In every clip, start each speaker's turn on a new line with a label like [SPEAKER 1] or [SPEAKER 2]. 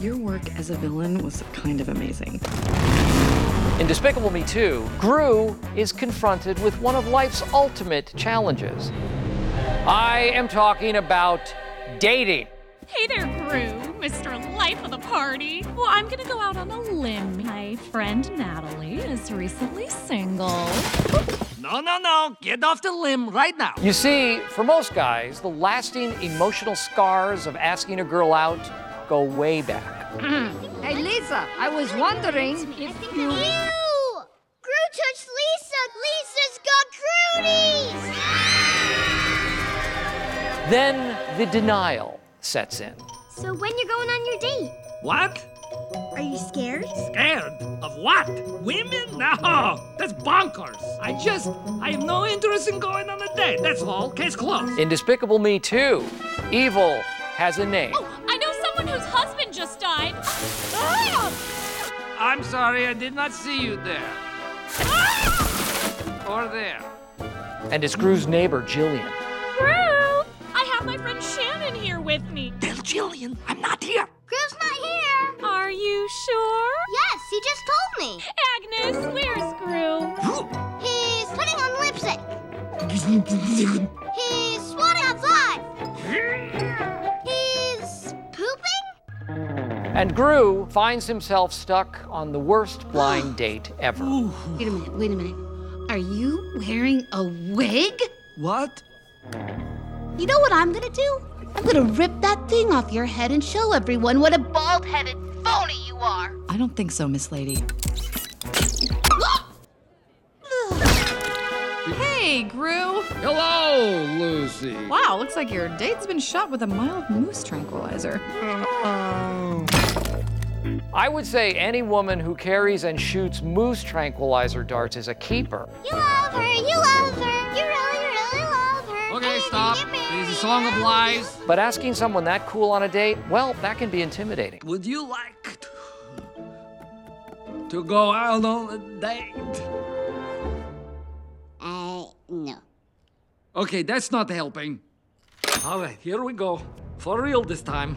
[SPEAKER 1] Your work as a villain was kind of amazing.
[SPEAKER 2] In Despicable Me 2, Gru is confronted with one of life's ultimate challenges. I am talking about dating.
[SPEAKER 3] Hey there, Gru, Mr. Life of the Party. Well, I'm gonna go out on a limb. My friend Natalie is recently single.
[SPEAKER 4] No, no, no. Get off the limb right now.
[SPEAKER 2] You see, for most guys, the lasting emotional scars of asking a girl out go way back.
[SPEAKER 5] Hey, Lisa, I was wondering if you.
[SPEAKER 6] Ew! Gru touched Lisa! Lisa's got Grooties!
[SPEAKER 2] Then the denial sets in.
[SPEAKER 6] So when you're going on your date?
[SPEAKER 4] What?
[SPEAKER 6] Are you scared?
[SPEAKER 4] Scared? Of what? Women? No. That's bonkers. I just, I have no interest in going on a date. That's all. Case closed.
[SPEAKER 2] In Despicable Me 2, evil has a name.
[SPEAKER 3] Oh, I know someone whose husband just died. Ah!
[SPEAKER 4] I'm sorry, I did not see you there. Or there.
[SPEAKER 2] and it's Gru's neighbor, Jillian.
[SPEAKER 3] Gru, I have my friend Shannon here with me.
[SPEAKER 4] Tell Jillian I'm not here.
[SPEAKER 6] Gru's not here!
[SPEAKER 3] Are you sure?
[SPEAKER 6] Yes, he just told me.
[SPEAKER 3] Agnes, where's Gru?
[SPEAKER 6] He's putting on lipstick. He's swatting outside. He's pooping?
[SPEAKER 2] And Gru finds himself stuck on the worst blind date ever.
[SPEAKER 7] Wait a minute, wait a minute. Are you wearing a wig?
[SPEAKER 4] What?
[SPEAKER 7] You know what I'm gonna do? I'm gonna rip that thing off your head and show everyone what a bald headed phony you are.
[SPEAKER 1] I don't think so, Miss Lady. hey, Gru.
[SPEAKER 4] Hello, Lucy.
[SPEAKER 1] Wow, looks like your date's been shot with a mild moose tranquilizer.
[SPEAKER 2] I would say any woman who carries and shoots moose tranquilizer darts is a keeper.
[SPEAKER 6] You love her, you love her. You really, really love her. and
[SPEAKER 4] Okay,
[SPEAKER 6] you're
[SPEAKER 4] stop.
[SPEAKER 6] gonna get
[SPEAKER 4] It is a
[SPEAKER 6] married.
[SPEAKER 4] song of lies.
[SPEAKER 2] But asking someone that cool on a date, well, that can be intimidating.
[SPEAKER 4] Would you like to go out on a date?
[SPEAKER 6] Uh, no.
[SPEAKER 4] Okay, that's not helping. All right, here we go. For real this time.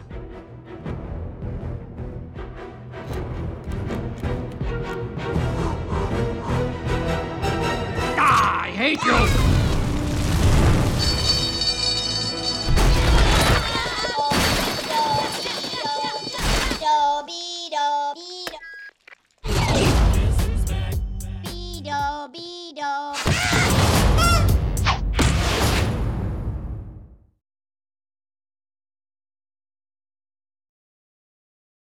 [SPEAKER 4] Ah, I hate you!